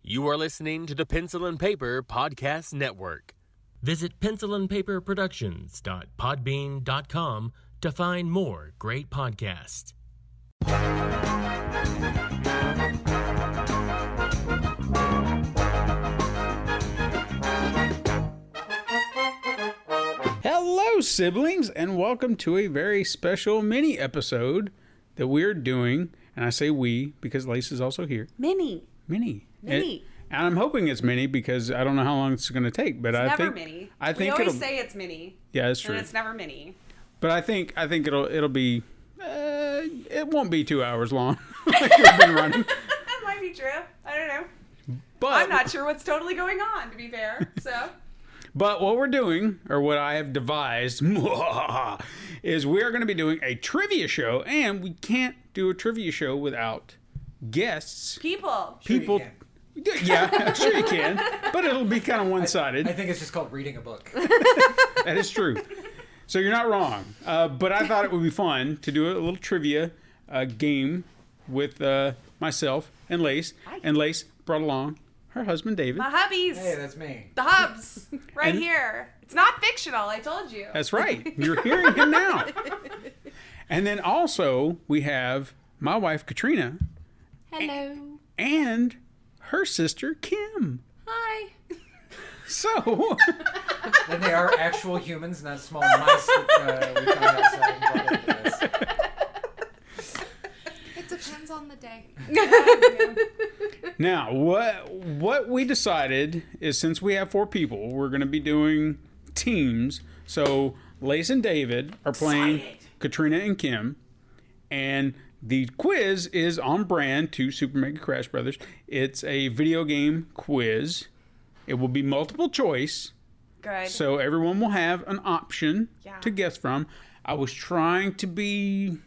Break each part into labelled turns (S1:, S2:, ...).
S1: You are listening to the Pencil and Paper Podcast Network. Visit pencilandpaperproductions.podbean.com to find more great podcasts.
S2: Hello, siblings, and welcome to a very special mini episode that we're doing. And I say we because Lace is also here.
S3: Mini.
S2: Mini.
S3: Mini.
S2: It- and I'm hoping it's mini because I don't know how long it's going to take. But I
S3: never
S2: think
S3: mini.
S2: I think
S3: we always
S2: it'll,
S3: say it's mini,
S2: yeah, that's
S3: and
S2: true.
S3: it's never mini.
S2: But I think I think it'll it'll be uh, it won't be two hours long. like we've been running.
S3: That might be true. I don't know.
S2: But
S3: I'm not sure what's totally going on, to be fair. So
S2: But what we're doing, or what I have devised, is we are going to be doing a trivia show, and we can't do a trivia show without guests.
S3: people,
S2: People,
S4: can.
S2: yeah, sure you can, but it'll be kind of one-sided.
S4: I think it's just called reading a book.
S2: that is true. So you're not wrong. Uh, but I thought it would be fun to do a little trivia uh, game with uh, myself and Lace, and Lace brought along her husband David.
S3: my hubbies,
S4: hey, that's me.
S3: the hubs, right
S2: And-
S3: here. It's not fictional. I told you.
S2: That's right. You're hearing him now. And then also we have my wife Katrina
S5: Hello.
S2: and her sister Kim.
S5: Hi.
S2: So
S4: Then they are actual humans, not small mice that uh, we found outside and brought into this.
S5: It depends on the day.
S2: now what what we decided is since we have four people, we're gonna be doing teams. So Lace and David are playing Katrina and Kim. And the quiz is on brand to Super Mega Crash Brothers. It's a video game quiz. It will be multiple choice.
S3: Good.
S2: So everyone will have an option
S3: Yeah.
S2: to guess from. I was trying to be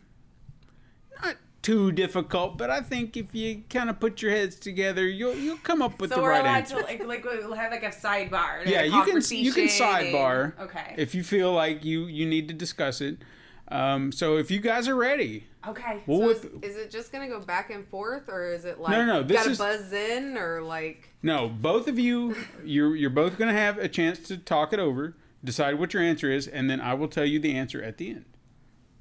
S2: not too difficult, but I think if you kind of put your heads together, you'll you'll come up with
S3: So
S2: the
S3: we're
S2: right
S3: allowed
S2: answer.
S3: to like, like we'll have like a sidebar. and
S2: yeah,
S3: a
S2: you can you can
S3: conversation.
S2: sidebar.
S3: Okay.
S2: If you feel like you you need to discuss it. Um, so if you guys are ready,
S3: okay.
S2: we'll
S6: So is,
S2: whip-
S6: is it just gonna go back and forth, or is it like
S2: No, no, this
S6: gotta
S2: is-
S6: buzz in, or like
S2: No, both of you, you're you're both gonna have a chance to talk it over, decide what your answer is, and then I will tell you the answer at the end.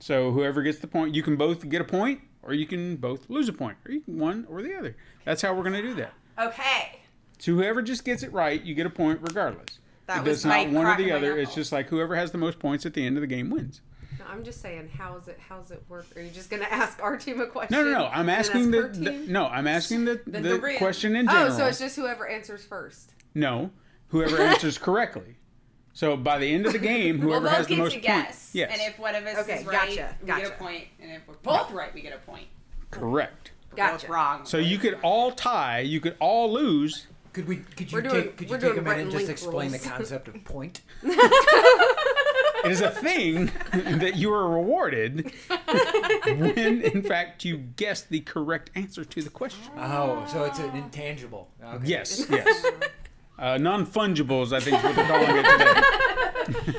S2: So whoever gets the point, you can both get a point, or you can both lose a point, or you can one or the other. That's how we're gonna do that.
S3: okay.
S2: So whover just gets it right, you get a point regardless.
S3: That
S2: it
S3: was
S2: does not
S3: my
S2: one or
S3: crack
S2: the
S3: of my
S2: other. It's
S3: knuckle.
S2: just like whoever has the most points at the end of the game wins.
S6: no, I'm just saying, how's it how's it work? Are you just gonna ask our team a question?
S2: No, no, no. I'm
S6: and then
S2: asking the,
S6: ask her
S2: the-
S6: team?
S2: no. I'm asking the, the,
S3: the real-
S2: question in general.
S6: oh, so it's just whoever answers first.
S2: No, whoever answers correctly. So by the end of the game,
S3: Well,
S2: whoever
S3: both
S2: has the
S3: gets
S2: most
S3: a guess.
S2: points, yes,
S3: And if one of us
S6: Okay,
S3: is right,
S6: gotcha,
S3: we get
S6: gotcha.
S3: a point. And if we're both right, we get a point.
S2: correct.
S3: Gotcha.
S6: Gotcha.
S3: wrong.
S2: So you could all tie, you could all lose.
S4: Could we? Could you
S6: We're doing-
S4: take? Could you
S6: we're
S4: take
S6: doing
S4: a minute
S6: Rhett
S4: and
S6: and
S4: just
S6: Link
S4: explain the
S6: rules.
S4: concept of point?
S2: It is a thing that you are rewarded when, in fact, you guess the correct answer to the question.
S4: Oh, so it's an intangible. Okay.
S2: Yes, yes. Uh, non fungibles, I think, is what they're calling it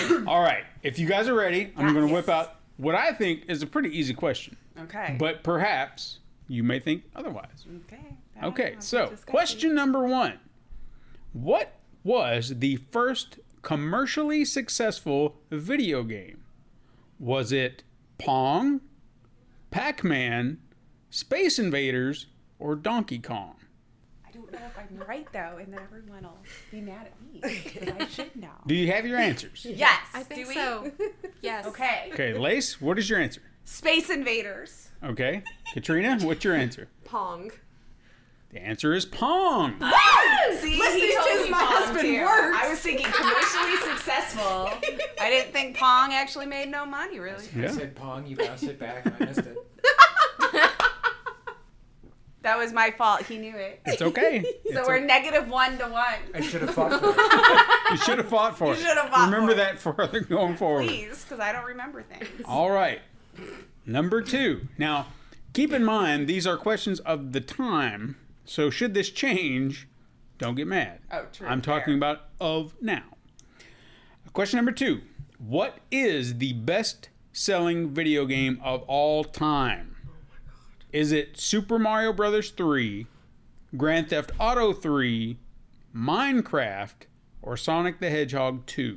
S2: today. all right. If you guys are ready, I'm going to whip out what I think is a pretty easy question,
S3: Okay.
S2: but perhaps you may think otherwise.
S3: okay.
S2: Okay, so question number one What was the first commercially successful video game? Was it Pong, Pac Man, Space Invaders, or Donkey Kong?
S3: I don't know if I'm right though, and then everyone will be mad at me. But I should know.
S2: Do you have your answers?
S3: Yes.
S5: I think
S3: do we?
S5: so. Yes.
S3: Okay.
S2: Okay, Lace, what is your answer?
S3: Space Invaders.
S2: Okay, Katrina, what's your answer?
S6: Pong.
S2: The answer is Pong.
S3: See,
S6: Listen
S3: he
S6: to
S3: told
S6: his-
S3: me
S6: my
S3: Pong,
S6: husband
S3: too.
S6: works.
S3: I was thinking commercially successful. I didn't think Pong actually made no money, really.
S4: I
S2: Yeah.
S4: said pong. You bounced it back, and I missed it.
S3: That was my fault. He knew it.
S2: It's okay.
S3: So
S2: It's
S3: we're
S2: okay.
S3: negative one to
S4: I
S3: one.
S4: should have fought for it.
S2: You should have fought for it.
S3: should've fought
S2: Remember
S3: for it.
S2: that for going forward.
S3: Please, because I don't remember things.
S2: All right. Number two. Now, keep in mind, these are questions of the time. So, should this change, don't get mad.
S3: Oh, true,
S2: I'm talking
S3: fair.
S2: about of now. Question number two What is the best selling video game of all time? Is it Super Mario Brothers 3, Grand Theft Auto 3, Minecraft, or Sonic the Hedgehog 2?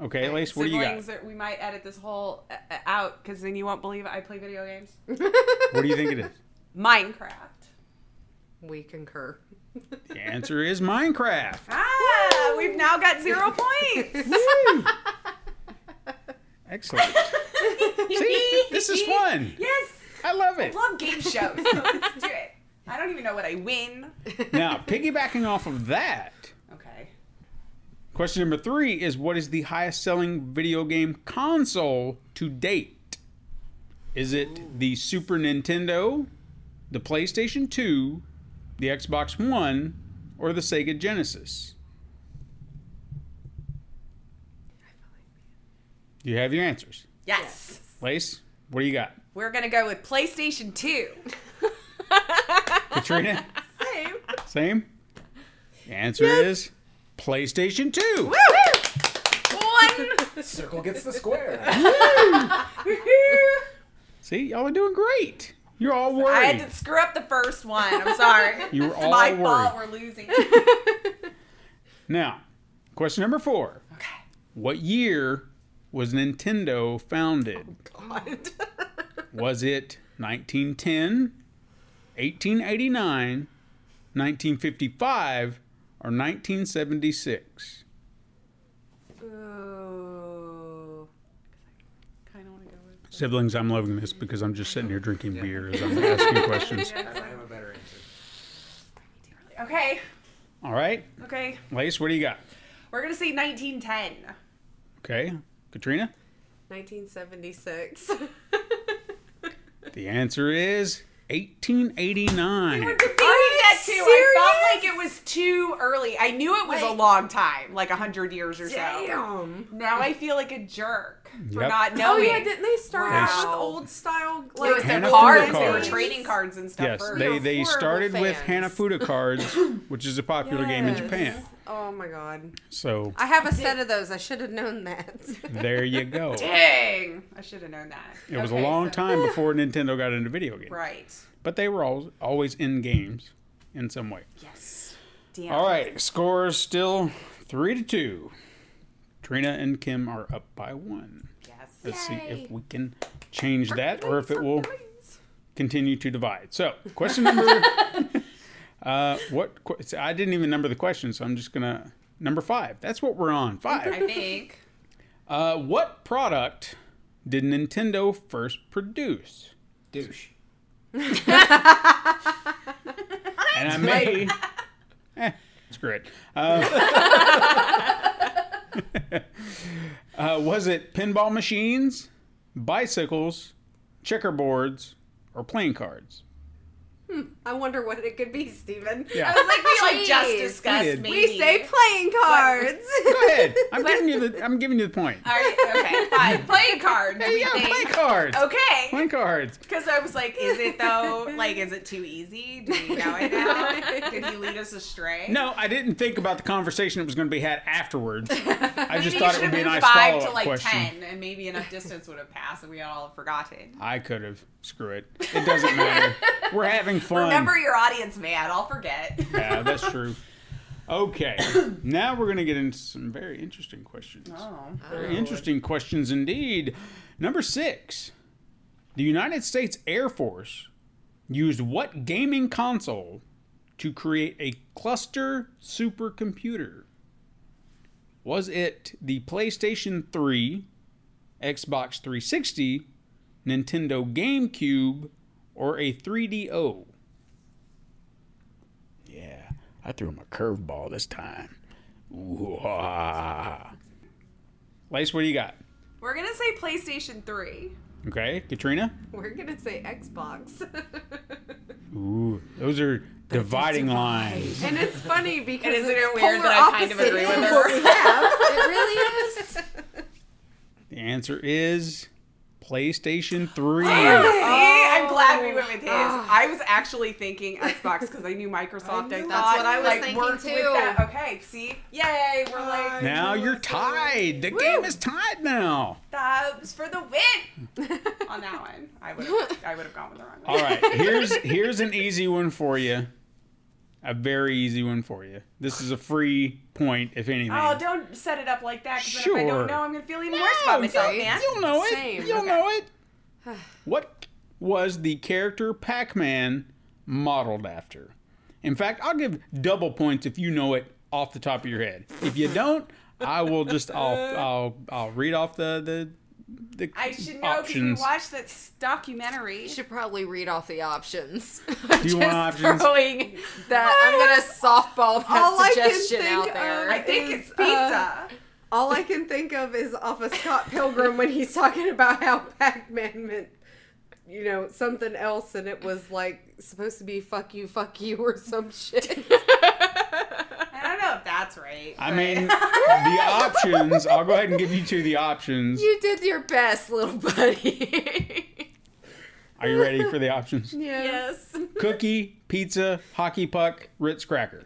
S2: Okay, Lace, what do you got?
S3: Siblings, that we might edit this whole uh, uh, out because then you won't believe I play video games.
S2: What do you think it is?
S3: Minecraft.
S6: We concur.
S2: The answer is Minecraft.
S3: Ah, we've now got zero points.
S2: Excellent. See, this is fun.
S3: yes,
S2: I love it.
S3: love game shows. So let's do it. I don't even know what I win.
S2: Now, piggybacking off of that,
S3: Okay.
S2: question number three is what is the highest selling video game console to date? Is it the Super Nintendo, the PlayStation 2, the Xbox One, or the Sega Genesis? Do you have your answers?
S3: Yes.
S2: Lace, what do you got?
S3: We're gonna go with PlayStation Two.
S2: Katrina?
S3: Same.
S2: Same? The answer is PlayStation 2.
S3: One.
S4: Circle gets the square.
S2: See, y'all are doing great. You're all worried.
S3: I had to screw up the first one. I'm sorry.
S2: You were all
S3: My
S2: worried.
S3: fault. We're losing.
S2: Now, question number four. Okay. What year was Nintendo founded?
S3: Oh,
S2: was it 1910, 1889, 1955, or 1976?
S3: Ooh. Kind of want to go with.
S2: Siblings, I'm loving this because I'm just sitting here drinking beer as I'm asking questions.
S4: I might have a better answer.
S3: Okay.
S2: All right,
S3: Okay.
S2: Lace, what do you got?
S3: We're gonna say 1910.
S2: Okay, Katrina?
S6: 1976.
S2: The answer is 1889.
S3: I that too. I felt like it was too early. I knew it was a long time, like a hundred years or so.
S6: Damn.
S3: Now I feel like a jerk for
S2: Yep.
S3: not
S6: Oh
S3: knowing.
S6: yeah, didn't they start out with
S3: Wow.
S6: old style
S3: It was
S6: like
S3: their
S2: Hanafuda
S3: cards. They were
S2: cards.
S3: trading cards and stuff.
S2: Yes,
S3: first.
S2: they,
S6: Real
S2: they
S6: horrible
S2: started with
S6: fans.
S2: Hanafuda cards, which is a popular game in Japan.
S6: Yes. Oh my god.
S2: So
S6: I have a set of those. I should have known that.
S2: there you go. It
S3: Dang! I should have known that.
S2: was a
S3: Okay,
S2: long
S3: so-
S2: time before Nintendo got into video games,
S3: Right.
S2: but they were al always in games in some way.
S3: Yes. Damn.
S2: All right, scores still three to two. Trina and Kim are up by one.
S3: Yes.
S2: Let's see if we can change that or if it will continue to divide. So, question number uh, what que- so I didn't even number the question, so I'm just gonna number five. That's what we're on.
S3: I
S2: Five.
S3: think.
S2: Uh, what product did Nintendo first produce?
S4: Douche.
S2: And I may. eh, screw it. Uh, uh, was it pinball machines, bicycles, checkerboards, or playing cards?
S6: I wonder what it could be, Stephen.
S2: Yeah.
S6: I was like,
S3: We like just
S6: Jeez.
S3: discussed.
S2: Did.
S3: Maybe.
S6: we say playing cards.
S2: Go ahead. I'm giving you the. I'm giving you the point.
S3: All right. Okay. Fine. Playing cards. we
S2: yeah,
S3: think.
S2: playing cards.
S3: Okay.
S2: Playing cards.
S3: Because I was like, is it though? Like, is it too easy? Do we know it now? Did he lead us astray?
S2: No, I didn't think about the conversation that was going to be had afterwards. I just
S3: Maybe
S2: thought
S3: you
S2: it
S3: should
S2: would be a nice
S3: have moved five
S2: follow
S3: to
S2: up
S3: like
S2: question.
S3: ten, and maybe enough distance would have passed, and we all have forgotten.
S2: I could have. Screw it. It doesn't matter. We're having fun.
S3: Remember your audience, man. I'll forget.
S2: Yeah, that's true. Okay, now we're going to get into some very interesting questions.
S3: Oh.
S2: Very interesting questions indeed. Number six The United States Air Force used what gaming console to create a cluster supercomputer? Was it the PlayStation 3, Xbox 360, Nintendo GameCube, or a 3DO? Yeah, I threw him a curveball this time. Ooh, ah. Lace, what do you got?
S3: We're gonna say PlayStation Three.
S2: Okay, Katrina.
S6: We're gonna say Xbox.
S2: Ooh, those are dividing lines.
S6: and it's funny because
S3: And isn't
S6: it's
S3: it weird
S6: polar
S3: that I kind of
S6: opposite
S3: agree with
S6: of
S3: her?
S6: what we have. It really is.
S2: The answer is PlayStation 3.
S3: See, I'm glad we went with his. I was actually thinking Xbox because I knew Microsoft. I,
S4: knew it.
S3: thought
S4: That's
S6: what Oh. I was
S3: like,
S6: thinking
S3: worked
S6: too.
S3: With that. Okay, see, yay, we're like
S2: Now you're tied. The game is tied now.
S3: thumbs for the win on that one. I would I would have gone with the wrong one.
S2: All right, here's here's an easy one for you. A very easy one for you. This is a free point, if anything.
S3: Oh, don't set it up like that. Because if I
S2: Sure.
S3: don't know, I'm gonna feel even worse about myself, man.
S2: You'll know it.
S6: Same,
S2: You'll
S6: okay.
S2: know it. What was the character Pac-Man modeled after? In fact, I'll give double points if you know it off the top of your head. If you don't, I will just I'll I'll, I'll read off the the, the
S3: I should know because we
S2: options.
S3: watched that s- documentary.
S6: should probably read off the options.
S2: Do you
S6: Just
S2: want options?
S6: throwing that. I'm gonna softball that
S7: All I can
S6: suggestion
S7: think
S6: out there. Uh,
S7: of-
S3: um, I think
S7: is, uh,
S3: it's pizza.
S7: All I can think of is off of Scott Pilgrim when he's talking about how Pac-Man meant, you know, something else, and it was like supposed to be "fuck you, fuck you" or some shit.
S3: I don't know if that's right.
S2: I mean, the options. I'll go ahead and give you two the options.
S6: you did your best, little buddy.
S2: Are you ready for the options?
S7: yeah,
S6: yes,
S2: Cookie, pizza, hockey puck, Ritz cracker,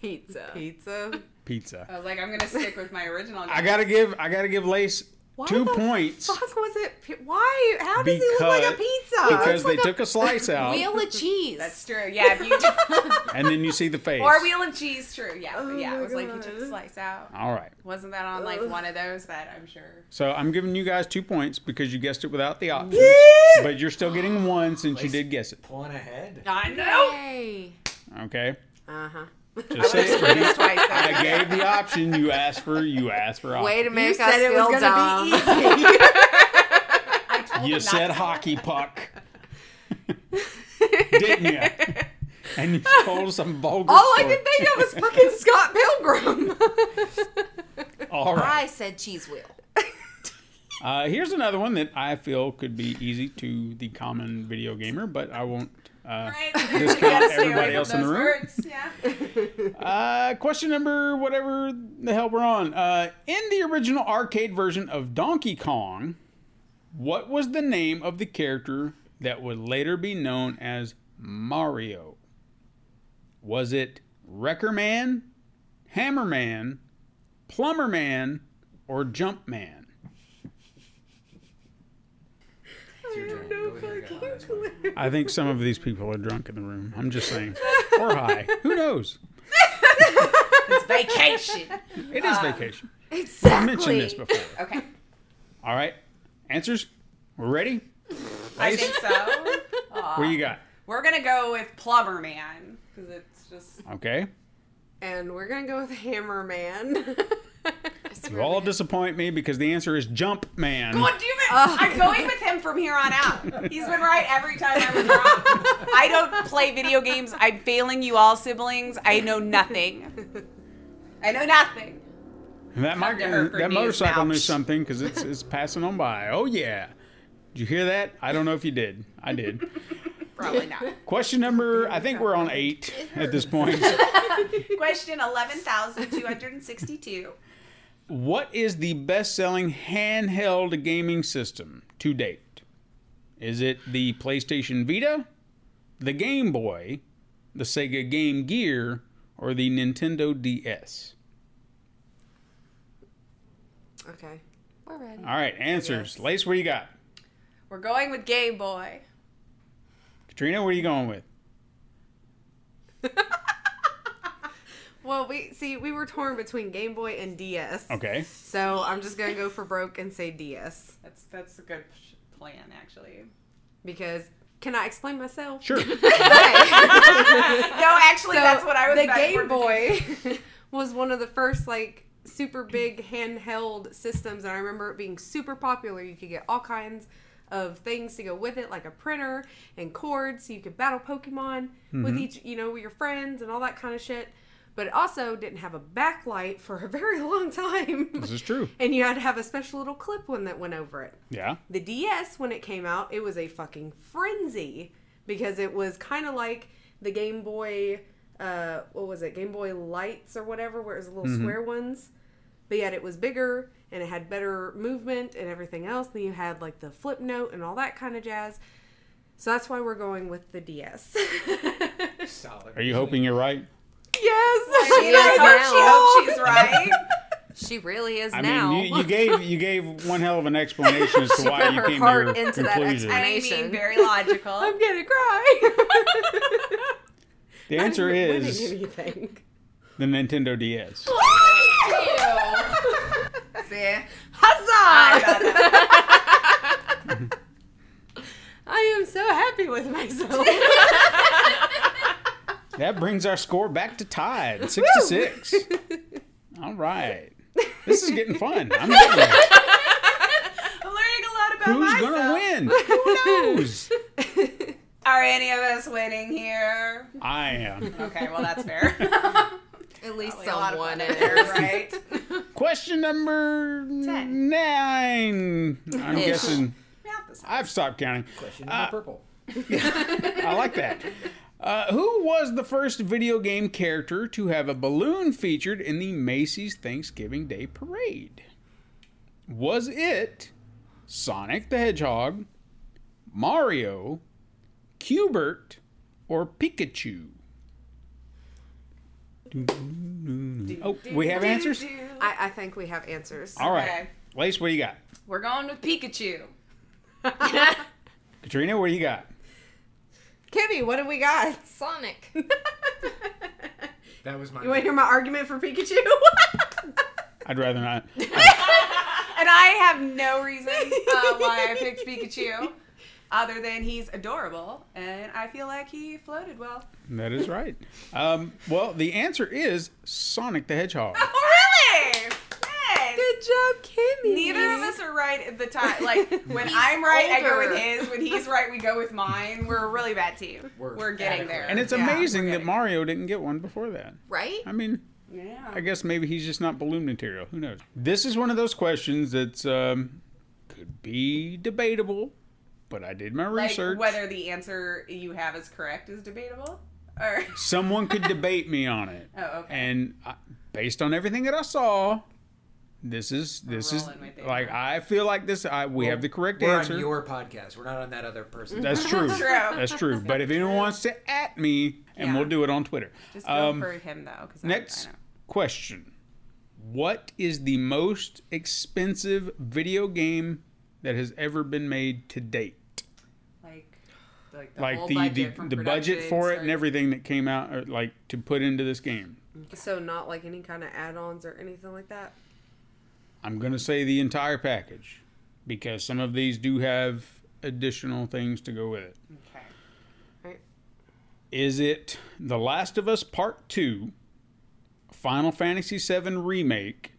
S6: pizza.
S7: pizza.
S2: pizza.
S3: I was like, I'm gonna stick with my original.
S2: I gotta give I gotta give Lace two
S7: the
S2: points
S7: Fuck was it? pi- Why? How does he look like a
S2: Because-
S7: pizza?
S2: because they took a slice out
S6: Wheel of cheese.
S3: That's true. Yeah, if you
S2: and then you see the face.
S3: or wheel of cheese. True. Yeah, but yeah.
S7: my
S3: It was like you took a
S7: God.
S3: slice out.
S2: All right.
S3: Wasn't that on like one of those that I'm sure?
S2: So I'm giving you guys two points because you guessed it without the options, but you're still getting one since you did guess it.
S4: Pulling ahead.
S3: I know.
S6: Yay.
S2: Okay.
S7: Uh huh.
S2: Just say
S3: Twice. though.
S2: I gave the option. You asked for. You asked for.
S6: Way
S2: Option.
S6: to make
S7: Oh, said
S6: us
S7: it was
S6: feel
S7: gonna
S6: dumb.
S7: be
S2: You said hockey puck. Didn't you? And you told some vulgar.
S7: All I
S2: story.
S7: could think of was fucking Scott Pilgrim.
S2: All right.
S6: I said cheese wheel.
S2: Uh, here's another one that I feel could be easy to the common video gamer, but I won't. Uh,
S3: Right.
S2: Discount
S3: You gotta
S2: everybody
S3: stay away from
S2: else in the
S3: those
S2: room.
S3: words, Yeah.
S2: Uh, question number whatever the hell we're on. Uh, in the original arcade version of Donkey Kong, what was the name of the character that would later be known as Mario? Was it Wrecker Man, Hammer Man, Plumber Man, or Jump Man?
S4: It's your turn. Go with your gut on this one.
S2: I think some of these people are drunk in the room. I'm just saying. or high. Who knows?
S3: It's vacation.
S2: It is vacation. I
S6: Exactly.
S2: mentioned this before.
S3: Okay.
S2: All right. Answers? We're ready?
S3: I think so.
S2: What do you got?
S3: We're gonna go with Plumber Man because it's just
S2: Okay.
S7: and we're gonna go with Hammer Man.
S2: You all disappoint me because the answer is jump man.
S3: God damn it! I'm going with him from here on out. He's been right every time I was wrong. I don't play video games. I'm failing you all, siblings. I know nothing. I know nothing.
S2: And that mic-
S3: to her for
S2: that
S3: news
S2: motorcycle
S3: now.
S2: knew something because it's it's passing on by. Oh yeah. Did you hear that? I don't know if you did. I did.
S3: Probably not.
S2: Question number I think we're on eight at this point.
S3: Question eleven thousand two hundred and sixty-two.
S2: what is the best selling handheld gaming system to date? Is it the PlayStation Vita, the Game Boy, the Sega Game Gear, or the Nintendo DS?
S7: okay.
S5: We're ready.
S2: All right, answers. Lace, what do you got?
S3: We're going with Game Boy.
S2: Katrina, where are you going with?
S7: Well, we see we were torn between Game Boy and DS.
S2: Okay.
S7: So I'm just gonna go for broke and say DS
S3: That's that's a good sh- plan, actually.
S7: because can I explain myself?
S2: Sure.
S7: Okay.
S3: No, actually,
S7: So,
S3: that's what I was.
S7: The
S3: about-
S7: Game Boy was one of the first like super big handheld systems, and I remember it being super popular. You could get all kinds of things to go with it, like a printer and cords, so you could battle Pokemon
S2: Mm-hmm.
S7: with each, you know, with your friends and all that kind of shit. But it also didn't have a backlight for a very long time.
S2: This is true.
S7: And you had to have a special little clip one that went over it.
S2: Yeah.
S7: The DS, when it came out, it was a fucking frenzy because it was kind of like the Game Boy, uh, what was it, Game Boy Lights or whatever, where it was the
S2: Mm-hmm.
S7: little square ones. But yet it was bigger and it had better movement and everything else. Then you had like the flip note and all that kind of jazz. So that's why we're going with the DS. yes.
S4: Solid.
S2: Are you hoping you're right?
S3: She does
S5: now.
S3: hope she hopes she's right.
S5: She really is
S2: I
S5: now.
S2: mean, you, you gave you gave one hell of an explanation as to why
S5: put
S2: you
S5: her
S2: came
S5: heart
S2: to your
S5: into that
S2: conclusion.
S5: explanation.
S3: I mean, very logical.
S7: I'm gonna cry.
S2: the answer
S7: Winning
S2: is
S7: anything.
S2: the Nintendo DS.
S3: See?
S5: Huzzah!
S7: I am so happy with myself.
S2: That brings our score back to tied, six to six. All right, this is getting fun. I'm getting there.
S3: I'm learning a lot about
S2: Who's
S3: myself.
S2: gonna win? Who knows?
S3: Are any of us winning here?
S2: I am.
S3: Okay, well that's fair.
S5: At least
S3: A lot of
S5: someone
S3: fun
S5: is.
S3: there, right?
S2: Question number nine. I'm
S5: Ish.
S2: guessing
S3: Not this one.
S2: I've stopped counting.
S4: Question number
S2: Ah.
S4: purple.
S2: I like that. Uh, who was the first video game character to have a balloon featured in the Macy's Thanksgiving Day Parade? Was it Sonic the Hedgehog, Mario, Cubert, or Pikachu? Oh, we have answers?
S7: I, I think we have answers.
S2: All right.
S3: Okay.
S2: Lace, what do you got?
S3: We're going with Pikachu.
S2: Katrina, what do you got?
S7: Kimmy, what do we got?
S5: Sonic.
S4: That was my.
S7: You want to hear my argument for Pikachu?
S2: I'd rather not.
S3: And I have no reason uh, why I picked Pikachu other than he's adorable and I feel like he floated well.
S2: That is right. Um, well, the answer is Sonic the Hedgehog.
S3: Really? Yes.
S7: Good job, Kimmy.
S3: Neither of us are right at the time. Like when I'm right, I go with
S5: older.
S3: his. When he's right, we go with mine. We're a really bad team. We're,
S4: We're
S3: getting
S4: adequate.
S3: there.
S2: And it's
S3: Yeah, we're
S2: amazing that
S3: getting-
S2: Mario didn't get one before that.
S5: Right?
S2: I mean,
S3: Yeah.
S2: I guess maybe he's just not balloon material. Who knows? This is one of those questions that's um, could be debatable, but I did my
S3: Like
S2: research.
S3: whether the answer you have is correct is debatable, or
S2: Someone could debate me on it,
S3: oh, okay.
S2: and I, based on everything that I saw, this is this is
S3: rolling with it.
S2: like I feel like this. I we have the correct
S4: We're
S2: answer.
S4: on your podcast. We're not on that other person.
S2: that's true.
S3: True.
S2: That's true. But if anyone wants to at me, and
S3: Yeah.
S2: we'll do it on Twitter.
S3: Just go
S2: Um,
S3: for him though. 'cause I-
S2: Next
S3: I, know.
S2: question. What is the most expensive video game that has ever been made to date?
S3: Like, like the,
S2: Like
S3: whole
S2: the
S3: budget
S2: the,
S3: from
S2: the budget
S3: production
S2: for it
S3: start-
S2: and everything that came out or like to put into this game.
S7: So not like any kind of add-ons or anything like that.
S2: I'm going to say the entire package because some of these do have additional things to go with it.
S3: Okay.
S2: Is it The Last of Us Part 2, Final Fantasy VII Remake,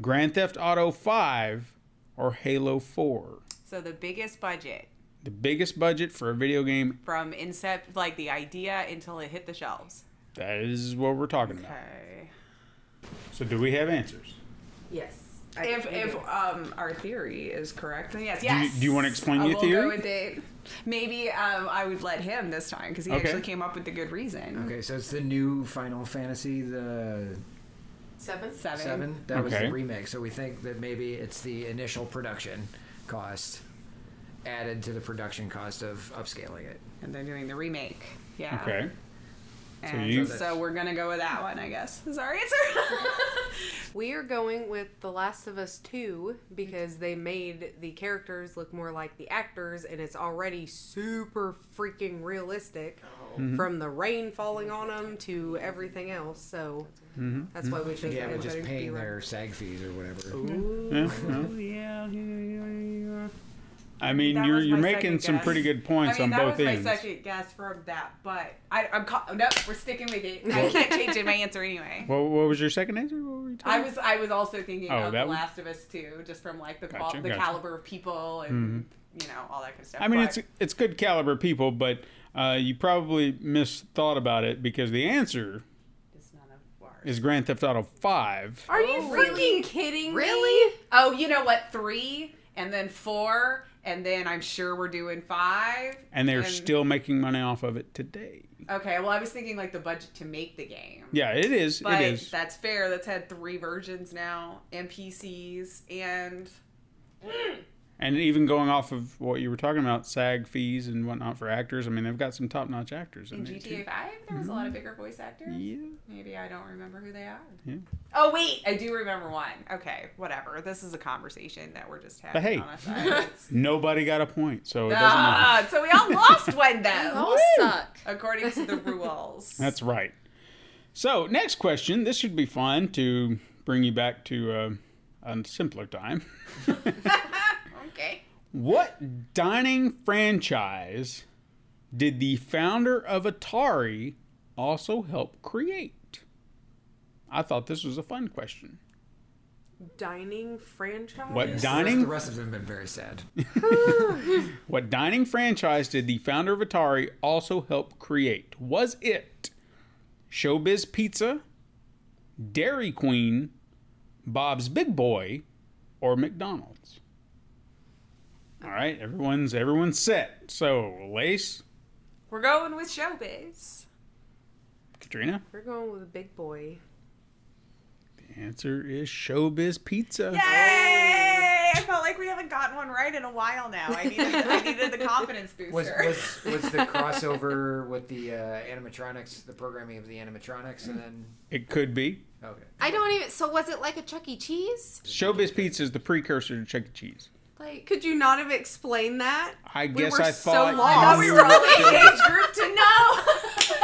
S2: Grand Theft Auto 5, or Halo 4?
S3: So the biggest budget
S2: the biggest budget for a video game.
S3: from incept, like the idea until it hit the shelves.
S2: That is what we're talking about.
S3: Okay.
S2: So, do we have answers?
S7: Yes.
S3: If if um our theory is correct, then yes. Yes.
S2: do you wanna explain
S3: I
S2: your
S3: will
S2: theory?
S3: Go with it. Maybe um, I would let him this time because he
S2: Okay.
S3: actually came up with a good reason.
S4: Okay, so it's the new Final Fantasy, the
S7: seven.
S3: Seven.
S4: seven. That was
S2: Okay.
S4: the remake. So we think that maybe it's the initial production cost added to the production cost of upscaling it.
S3: and they're doing the remake. Yeah.
S2: Okay.
S3: And
S2: you-
S3: so, we're gonna go with that one, I guess. Is our answer?
S7: We are going with The Last of Us 2 because they made the characters look more like the actors and it's already super freaking realistic
S4: Oh.
S7: from the rain falling on them to everything else. So that's why we chose
S4: Yeah, but
S7: that one
S4: just
S7: better to be
S4: paying
S7: right.
S4: their SAG fees or whatever.
S2: Yeah, well, Oh, yeah, yeah, yeah, yeah. I mean,
S3: That
S2: you're
S3: was
S2: you're
S3: my
S2: making
S3: second
S2: some
S3: guess.
S2: pretty good
S3: I
S2: points
S3: mean,
S2: on
S3: that
S2: both
S3: was
S2: ends.
S3: my second guess for that, but I, I'm ca- no, we're sticking with it. I can't change it, my answer anyway.
S2: What, what was your second answer? What were you talking
S3: I was I was also thinking
S2: Oh,
S3: of
S2: that
S3: The
S2: one?
S3: Last of Us too, just from like the qual-
S2: Gotcha,
S3: the
S2: gotcha.
S3: caliber of people and you know all that kind of stuff.
S2: I mean,
S3: but-
S2: it's it's good caliber people, but uh, you probably misthought about it because the answer
S3: it's not a bar.
S2: is Grand Theft Auto Five.
S7: Are you
S5: Oh,
S7: freaking
S5: really?
S7: kidding
S5: Really?
S7: me?
S3: Oh, you know what? Three and then four and then I'm sure we're doing five.
S2: And they're still making money off of it today.
S3: okay. Well, I was thinking like the budget to make the game.
S2: Yeah, it is.
S3: But
S2: it is.
S3: that's fair. That's had three versions now, and PCs, and
S2: And even going off of what you were talking about, SAG fees and whatnot for actors. I mean, they've got some top-notch actors in,
S3: In
S2: there
S3: GTA 5, there was a
S2: Mm-hmm.
S3: lot of bigger voice actors.
S2: too. Yeah.
S3: Maybe I don't remember who they are.
S2: Yeah.
S3: Oh, wait. I do remember one. Okay, whatever. This is a conversation that we're just having
S2: But hey.
S3: on a side.
S2: Nobody got a point, so it doesn't matter.
S3: Ah, so we all lost one then.
S5: all suck.
S3: According to the rules.
S2: That's right. So, next question. This should be fun to bring you back to uh, a simpler time.
S3: okay.
S2: What dining franchise did the founder of Atari also help create? I thought this was a fun question.
S7: Dining franchise.
S2: What
S4: The
S2: dining
S4: rest of them have been very sad.
S2: what dining franchise did the founder of Atari also help create? Was it Showbiz Pizza, Dairy Queen, Bob's Big Boy, or McDonald's? All right, everyone's everyone's set. So, Lace,
S3: We're going with showbiz.
S2: Katrina,
S7: We're going with a big boy.
S2: the answer is Showbiz Pizza.
S3: Yay! I felt like we haven't gotten one right in a while now. I needed, I needed the confidence booster.
S4: Was was was the crossover with the uh, animatronics, the programming of the animatronics, and then
S2: It could be.
S4: okay.
S5: I don't even. So was it like a Chuck E. Cheese?
S2: Showbiz Pizza is the precursor to Chuck E. Cheese.
S5: Like
S7: Could you not have explained that?
S2: I guess
S7: were
S2: I
S7: so
S2: thought.
S7: lost. I thought
S2: you-
S7: we
S3: We're all in the age group to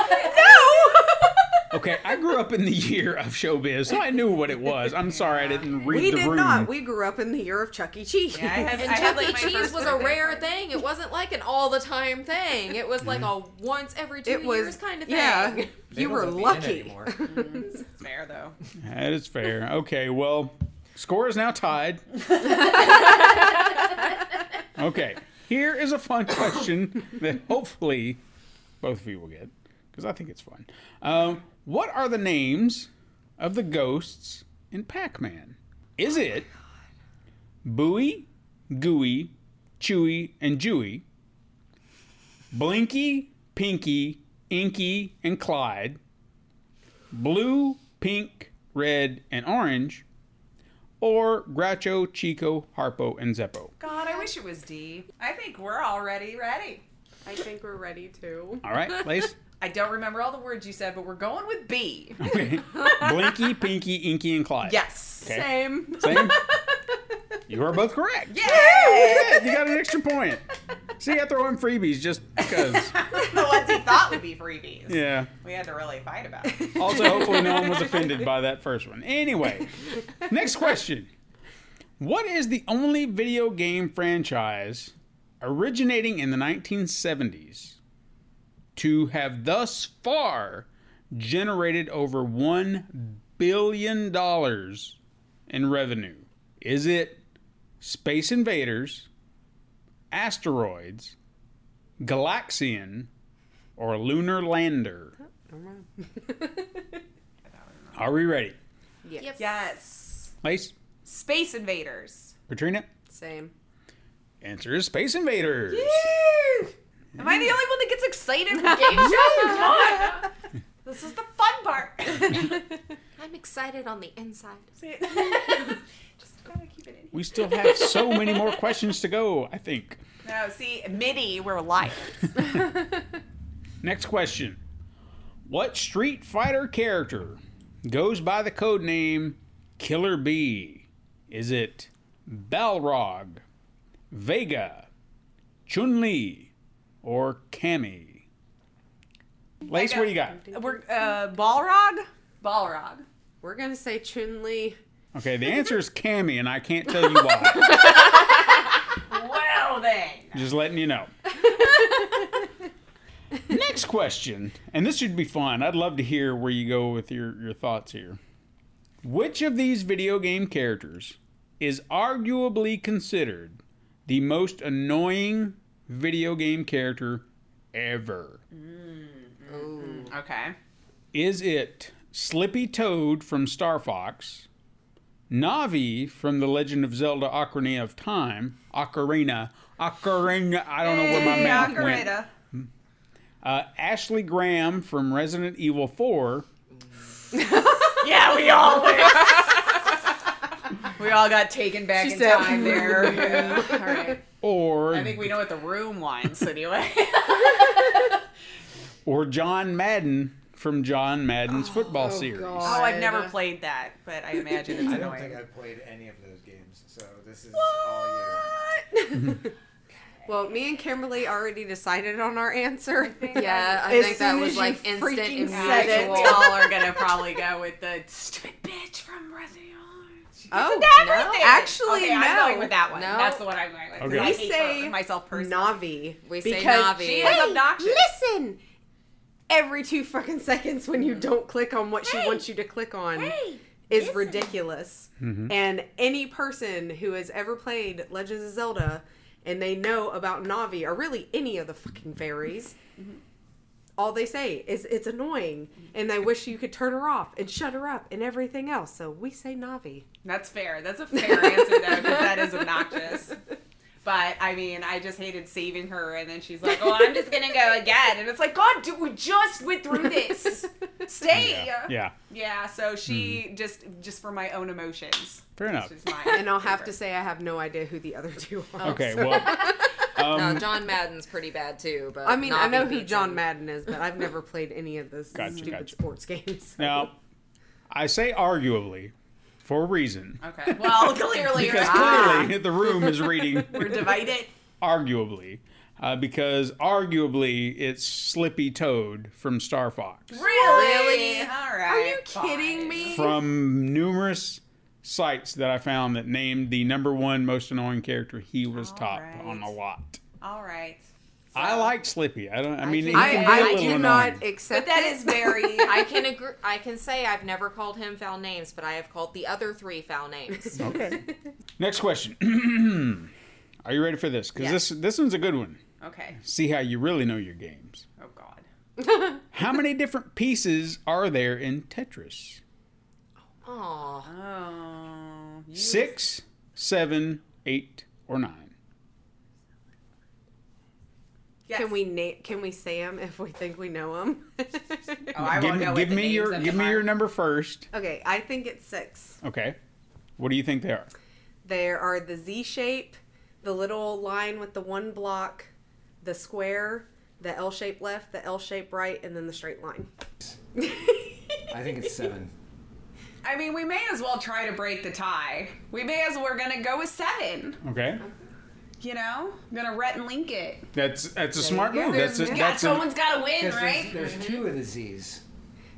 S3: know. no.
S2: Okay, I grew up in the year of showbiz, so I knew what it was. I'm sorry I didn't read
S7: We
S2: the
S7: did
S2: room.
S7: not. We grew up in the year of Chuck E. Cheese.
S3: I had,
S5: and
S3: I had
S5: Chuck E.
S3: like my
S5: Cheese
S3: first
S5: was
S3: bit
S5: a
S3: of it.
S5: rare thing. It wasn't like an all the time thing. It was like
S3: Mm-hmm.
S5: a once every two
S7: it was
S5: years kind of thing.
S7: Yeah,
S4: They
S7: you
S4: don't
S7: were
S4: let me in
S7: lucky.
S4: anymore.
S3: Fair though.
S2: That is fair. Okay, well, score is now tied. okay, here is a fun question that hopefully both of you will get because I think it's fun. Um, what are the names of the ghosts in Pac Man? Is it Booey, Gooey, Chewy, and Jewy, Blinky, Pinky, Inky, and Clyde? blue, pink, red, and orange, or Groucho, Chico, Harpo, and Zeppo.
S3: God, I wish it was D. I think we're already ready.
S7: I think we're ready to.
S2: All right, Lace.
S3: I don't remember all the words you said, but we're going with B.
S2: Okay. Blinky, Pinky, Inky, and Clyde.
S3: Yes.
S2: Okay.
S7: Same.
S2: Same. You are both correct.
S3: Yay!
S2: Yeah, you got an extra point. See, I throw in freebies just because.
S3: the ones he thought would be freebies.
S2: Yeah.
S3: We had to really fight about it.
S2: Also, hopefully, no one was offended by that first one. Anyway, next question. What is the only video game franchise originating in the 1970s to have thus far generated over $1 billion in revenue? Is it Space Invaders, Asteroids, Galaxian, or Lunar Lander? Are we ready?
S5: Yep.
S3: Yes.
S2: Place,
S3: Space Invaders.
S2: Katrina.
S7: Same.
S2: Answer is Space Invaders.
S3: Am I the only one that gets excited for game shows? Come on. This is the fun part.
S5: I'm excited on the inside.
S3: Just gotta keep it in here.
S2: We still have so many more questions to go, I think.
S3: No, see, MIDI, we're liars.
S2: Next question. What Street Fighter character goes by the code name Killer B? Is it Balrog, Vega, Chun Li, or Cammy? Lace, what do you got?
S3: We're uh, Balrog. Balrog.
S7: We're gonna say Chun Li.
S2: Okay, the answer is Cammy, and I can't tell you why.
S3: Well then.
S2: Just letting you know. Next question, and this should be fun. I'd love to hear where you go with your, your thoughts here. Which of these video game characters is arguably considered the most annoying video game character ever?
S3: Okay.
S2: Is it Slippy Toad from Star Fox, Navi from The Legend of Zelda: Ocarina of Time, Ocarina, Ocarina? I don't know where my mouth went. Hmm.
S3: Ocarina.
S2: Uh, Ashley Graham from Resident Evil 4,
S3: Yeah, we all win. We all got taken back
S6: She
S3: in
S6: said,
S3: time there. All right.
S2: Or
S3: I think we know what the room wants anyway.
S2: or John Madden from John Madden's football series.
S3: oh, I've never played that, but I imagine it's
S4: I don't think
S3: annoying.
S4: I've played any of those games, so this is all you.
S7: Well, me and Kimberly already decided on our answer.
S5: Yeah, I
S3: As
S5: think
S3: soon
S5: that
S3: as
S5: was
S3: you
S5: like instant
S3: freaking said it,
S5: immutual.
S3: y'all are gonna probably go with the stupid bitch from Resident
S7: oh,
S3: Everything.
S7: Actually,
S3: okay,
S7: no.
S3: I'm going with that one.
S5: No.
S3: That's the one I'm going with. 'cause
S2: Okay.
S3: I
S2: We
S3: hate
S7: say
S3: her- myself personally.
S7: Navi.
S5: We say
S7: Because
S5: Navi.
S3: she
S7: Hey,
S3: is obnoxious.
S7: listen. Every two fucking seconds when you don't click on what she wants you to click on is ridiculous. And any person who has ever played Legends of Zelda and they know about Navi or really any of the fucking fairies, all they say is it's annoying and they wish you could turn her off and shut her up and everything else. So we say Navi.
S3: That's fair. That's a fair answer though, because that is obnoxious. But I mean, I just hated saving her, and then she's like, "Oh, I'm just gonna go again," and it's like, "God, dude, we just went through this. Stay." Yeah.
S2: Yeah, Mm-hmm.
S3: so she just just for my own emotions.
S2: fair enough.
S3: She's mine.
S7: And I'll have to say I have no idea who the other two are.
S2: Okay, well,
S5: No, John Madden's pretty bad too, but
S7: I mean, I
S5: Navi
S7: know who
S5: beats
S7: John
S5: him.
S7: Madden is, but I've never played any of those
S2: Gotcha,
S7: stupid
S2: gotcha.
S7: sports games.
S2: now I say arguably for a reason
S3: Okay. Well, clearly
S2: because
S3: Ah.
S2: clearly the room is reading
S3: we're divided.
S2: arguably uh, because arguably it's Slippy Toad from Star Fox.
S3: Really? All right.
S7: Are you kidding me?
S2: from numerous sites that I found that named the number one most annoying character. He was top
S3: right.
S2: on a lot.
S3: All right.
S2: I like Slippy. I don't. I mean, he
S7: I,
S2: can be a
S7: I
S2: little
S7: do
S2: annoying.
S7: not
S3: But
S7: accept
S3: that
S7: it.
S3: is very.
S5: I can agree. I can say I've never called him foul names, but I have called the other three foul names.
S2: Okay. Next question. Are you ready for this? Because this this one's a good one.
S3: Okay.
S2: See how you really know your games.
S3: Oh God.
S2: How many different pieces are there in Tetris?
S5: Oh,
S3: Oh. You
S2: Six, seven, eight, or nine?
S3: Yes.
S7: Can we na- can we say them if we think we know them?
S3: Oh, I
S2: give
S3: won't
S2: me, give
S3: go with the
S2: me your
S3: names of
S2: give
S3: them
S2: me
S3: are.
S2: your number first.
S7: okay, I think it's six.
S2: Okay. What do you think they are?
S7: There are the Z shape, the little line with the one block, the square, the L shape left, the L shape right, and then the straight line.
S4: I think it's seven.
S3: I mean, we may as well try to break the tie. We may as well, we're gonna go with seven.
S2: Okay.
S3: You know, I'm gonna ret and link it.
S2: That's that's a smart
S4: go.
S2: move. That's a,
S4: Yeah,
S2: that's a,
S3: Someone's gotta win,
S4: 'Cause
S3: right?
S4: There's, there's
S7: Mm-hmm.
S4: two of the Z's.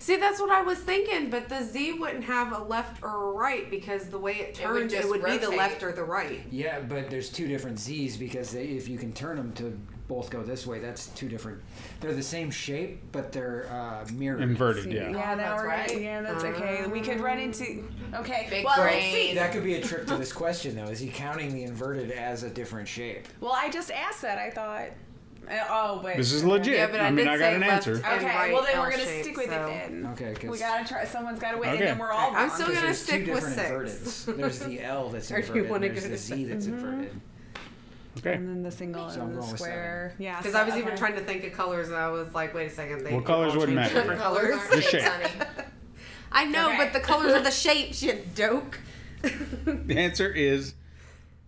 S7: See, that's what I was thinking, but the Z wouldn't have a left or a right because the way it
S5: would
S7: turns, it
S5: just
S7: would, be the
S5: rotate.
S7: left or the right.
S4: Yeah, but there's two different Z's because they, if you can turn them to both go this way, that's two different. They're the same shape, but they're uh, mirrored.
S2: inverted. Yeah.
S3: Yeah, that
S5: that's
S3: we're
S5: right.
S3: right. Yeah, that's okay. We could run into. Okay.
S5: Big
S3: well,
S5: brain.
S3: let's see.
S4: That could be a trick to this question, though. Is he counting the inverted as a different shape?
S3: Well, I just asked that. I thought. Uh, Oh, but.
S2: This is legit.
S7: Yeah, but
S2: I,
S7: I
S2: mean,
S7: did
S2: I got
S7: say
S2: an
S7: left
S2: answer.
S7: eye.
S3: Okay.
S7: Right,
S3: well, then we're gonna
S7: L-shaped,
S3: stick with
S7: so-
S3: it then.
S4: Okay, 'cause-
S3: we gotta try. Someone's gotta win,
S2: Okay.
S3: and then we're all.
S7: I'm
S3: wrong.
S7: still
S4: Because
S7: gonna
S4: there's
S7: stick
S4: two
S7: with
S4: different
S7: six.
S4: inverteds. There's the L that's
S7: Or do you
S4: inverted. and
S7: wanna
S4: There's
S7: go
S4: the
S7: to Mm-hmm.
S4: Z that's inverted.
S2: Okay.
S3: And the single
S4: So I'm going with square.
S3: Yeah.
S7: Because I was even trying to think of colors, and I was like, wait a second. They
S2: What colors
S7: all
S2: would
S7: change
S2: matter?
S7: different
S5: colors
S7: Colors.
S5: aren't
S2: The
S5: shapes,
S2: shape.
S5: honey.
S7: I know,
S3: Okay.
S7: but the colors of the shapes, you doke.
S2: The answer is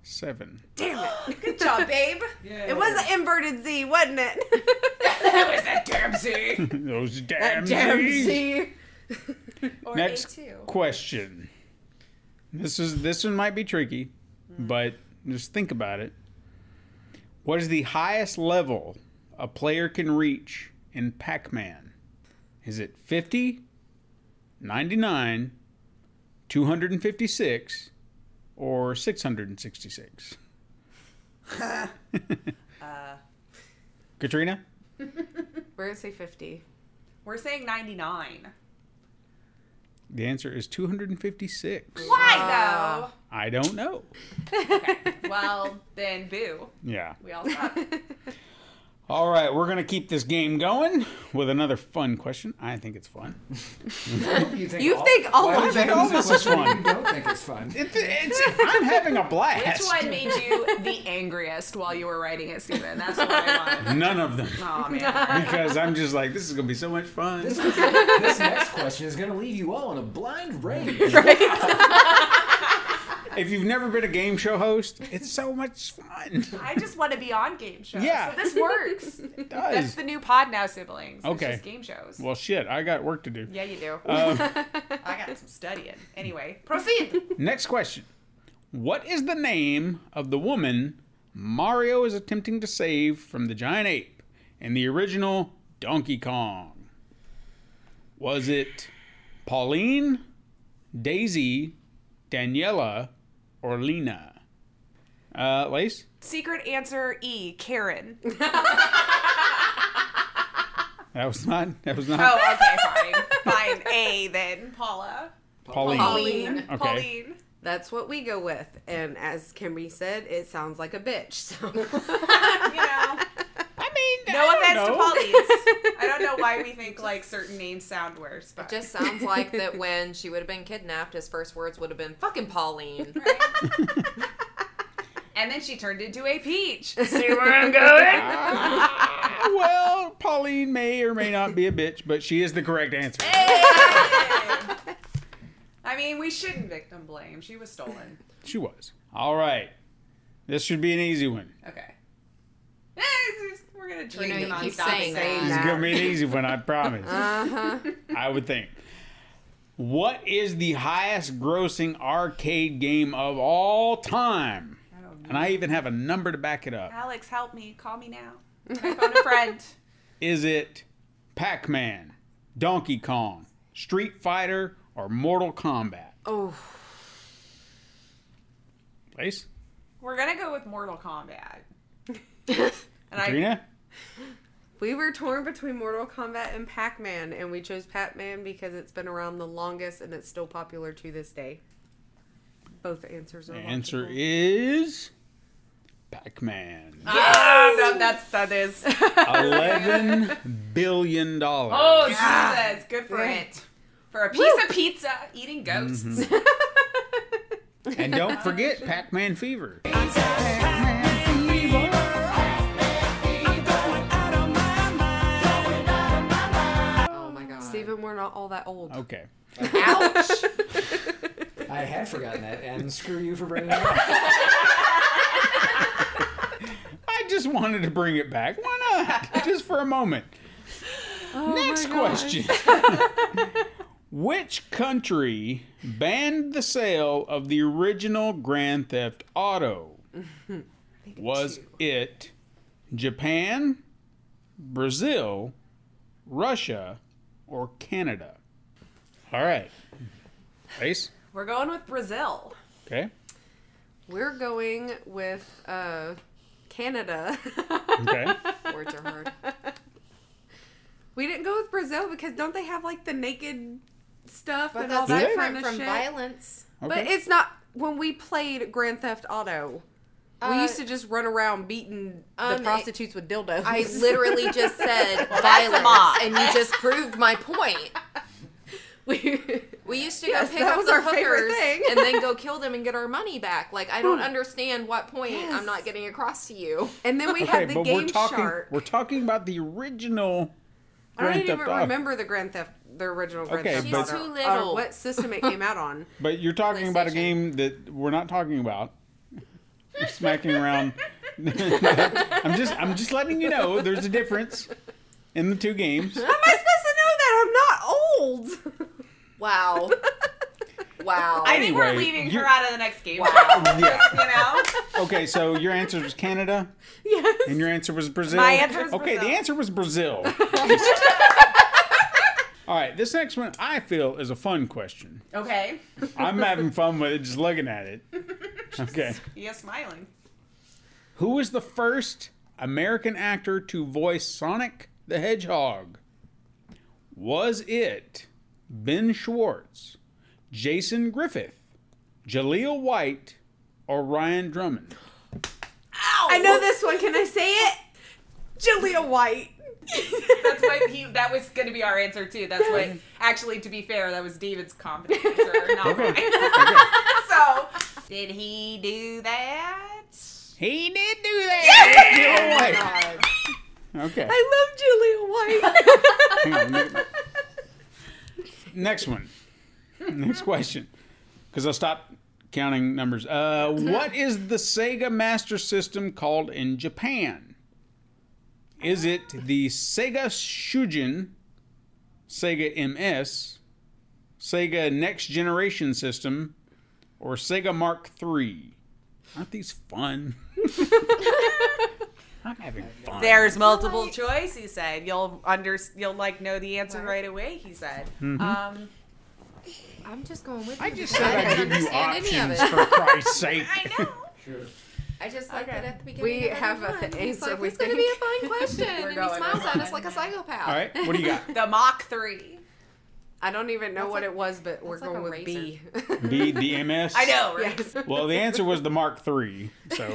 S2: seven.
S7: Damn it. Good job, babe. It was an inverted Z, wasn't it?
S3: That was that damn Z.
S2: Those damn,
S7: Damn
S2: Z's.
S7: Z.
S3: or
S2: Next
S3: A2.
S2: question. This is this one might be tricky, but just think about it. What is the highest level a player can reach in Pac-Man? Is it 50, 99, 256, or 666? Katrina?
S7: We're going to say 50.
S3: We're saying 99.
S2: The answer is 256.
S3: Why
S2: I don't know.
S3: though? well, then boo.
S2: Yeah.
S3: We all suck.
S2: All right, we're going to keep this game going with another fun question. I think it's fun.
S4: You think
S7: You think all
S4: why
S7: of
S4: would you
S7: them.
S4: think
S2: All this is
S4: You
S2: fun.
S4: don't think it's fun.
S2: It's, it's, I'm having a blast.
S3: Which one made you the angriest while you were writing it, Steven? That's what I want.
S2: None of them.
S3: Oh, man.
S2: Because I'm just like, this is going to be so much fun.
S4: this, this next question is going to leave you all in a blind rage.
S2: if you've never been a game show host, it's so much fun.
S3: I just want to be on game shows.
S2: Yeah.
S3: So this works.
S2: It
S3: That's
S2: does.
S3: the new pod now, siblings.
S2: Okay.
S3: It's just game shows.
S2: Well, shit, I got work to do.
S3: yeah, you do.
S2: Uh,
S3: I got some studying. Anyway, proceed.
S2: next question. What is the name of the woman Mario is attempting to save from the giant ape in the original Donkey Kong? Was it Pauline, Daisy, Daniela, or Lena? Uh, Lace?
S3: Secret answer E, Karen.
S2: That was not. That was not.
S3: Oh, okay, fine. Fine. A then. Paula.
S2: Pauline.
S5: Pauline.
S2: Okay.
S3: Pauline.
S7: That's what we go with. And as Kimberly said, it sounds like a bitch. So
S3: You know.
S2: I mean,
S3: No
S2: I
S3: offense
S2: don't
S3: to
S2: know.
S3: Paulines. I don't know why we think like certain names sound worse, but
S5: Just sounds like that when she would have been kidnapped, his first words would have been "fucking Pauline."
S3: and then she turned into a peach.
S2: Ah, well, Pauline may or may not be a bitch, but she is the correct answer.
S3: I mean, we shouldn't victim blame. She was stolen.
S2: She was. All right. This should be an easy one.
S3: Okay. Eh, it's just- We're gonna train
S5: know,
S3: him
S5: you
S3: on
S5: keep
S3: stop
S5: saying
S3: saying
S2: This
S3: that.
S2: is going to be an easy one, I promise. I would think. What is the highest grossing arcade game of all time? And I even have a number to back it up.
S3: Alex, help me. Call me now. I found a friend.
S2: Is it Pac Man, Donkey Kong, Street Fighter, or Mortal Kombat?
S7: Oh.
S2: Place?
S3: We're gonna go with Mortal Kombat. And I
S2: Katrina?
S7: we were torn between Mortal Kombat and Pac-Man, and we chose Pac-Man because it's been around the longest and it's still popular to this day. Both answers are
S2: The
S7: logical.
S2: answer is Pac Man.
S3: Ah, no, that's that is.
S2: Eleven billion dollars.
S3: Oh Jesus! Good for it. For a piece
S7: Woo.
S3: of pizza, eating ghosts.
S2: And don't forget Pac Man Fever.
S5: Oh my god.
S7: Steven, we're not all that old.
S2: Okay.
S5: Ouch.
S4: I had forgotten that, and screw you for bringing it up.
S2: I just wanted to bring it back. Why not? just for a moment. Next question. Which country banned the sale of the original Grand Theft Auto? Was it Japan, Brazil, Russia, or Canada? All right. Ace?
S3: We're going with Brazil.
S2: Okay.
S7: We're going with uh, Canada.
S2: Okay.
S5: Words are hard.
S7: we didn't go with Brazil because don't they have like the naked stuff
S5: But
S7: and all
S5: that's
S2: Do they?
S5: different
S7: that kind of
S5: from
S7: shit?
S5: violence.
S7: But
S2: Okay.
S7: it's not when we played Grand Theft Auto. we
S5: Uh,
S7: used to just run around beating
S5: um,
S7: the prostitutes with dildos.
S5: I literally just said
S3: that's a
S5: violence,
S3: mock.
S5: and you just proved my point.
S7: we,
S5: We used to
S7: Yes,
S5: go pick
S7: that
S5: up
S7: was
S5: the
S7: our favorite
S5: hookers
S7: thing. Hmm.
S5: and then go kill them and get our money back. Like I don't understand what point I'm not getting across to you.
S7: and then we
S2: Okay,
S7: had the
S2: but
S7: Game
S2: we're talking
S7: Shark.
S2: we're talking about the original
S7: I don't
S2: Grand
S7: even
S2: Theft Auto.
S7: remember the Grand Theft, the original Grand
S2: Okay,
S7: Theft
S2: She's
S7: Auto,
S5: too
S7: or
S5: little.
S7: what system it came out on.
S2: But you're talking about a
S5: PlayStation.
S2: game that we're not talking about. You're smacking around. I'm just I'm just letting you know there's a difference in the two games.
S7: How am I supposed to know that? I'm not old.
S5: Wow. wow.
S3: I think we're
S2: Anyway,
S3: leaving
S2: you-
S3: her out of the next game. Wow.
S2: Yeah.
S3: you know?
S2: Okay, so your answer was Canada
S7: yes.
S2: and your answer was Brazil.
S3: My answer was
S2: Okay, the
S3: Brazil.
S2: answer was Brazil. All right, this next one I feel is a fun question.
S3: Okay.
S2: I'm having fun with it just looking at it. Okay.
S3: Yeah, smiling.
S2: Who was the first American actor to voice Sonic the Hedgehog? Was it Ben Schwartz, Jason Griffith, Jaleel White, or Ryan Drummond?
S7: I know this one. Can I say it? Julia White.
S3: That's what he. That was going to be our answer too. That's what. Actually, to be fair, that was David's confidence answer, not mine. so, did he do that?
S2: He did do that.
S5: God.
S2: Jaleel White. Okay.
S7: I love Julia White.
S2: Hang on, let me- Hmm, Next one. Next question. Because I stopped counting numbers. Uh, what is the Sega Master System called in Japan? Is it the Sega Shujin, Sega MS, Sega Next Generation System, or Sega Mark III? Aren't these fun? I'm having fun.
S3: There's multiple choice, he said. You'll under you'll like know the answer right away, he said.
S2: Mm-hmm.
S3: Um,
S5: I'm just going with you.
S2: I just
S5: because
S2: said I'd
S5: didn't
S2: give you
S5: understand any
S2: options
S5: of
S2: for
S5: it.
S2: Christ's sake.
S5: I just like that at the beginning.
S7: We
S5: of
S7: have
S5: every
S7: a
S5: one, he's
S7: answer,
S5: Like,
S7: we
S5: it's going to be a
S7: think.
S5: fun question,
S7: We're
S5: and he
S7: going
S5: smiles
S7: with
S5: at us like a psychopath.
S2: All right, what do you got?
S3: the Mach 3.
S7: I don't even know what
S5: like-
S7: it was, but we're
S5: that's like
S7: going
S5: a
S7: with B.
S2: B, the MS?
S3: I know, right?
S7: yes.
S2: Well, the answer was the Mark III. So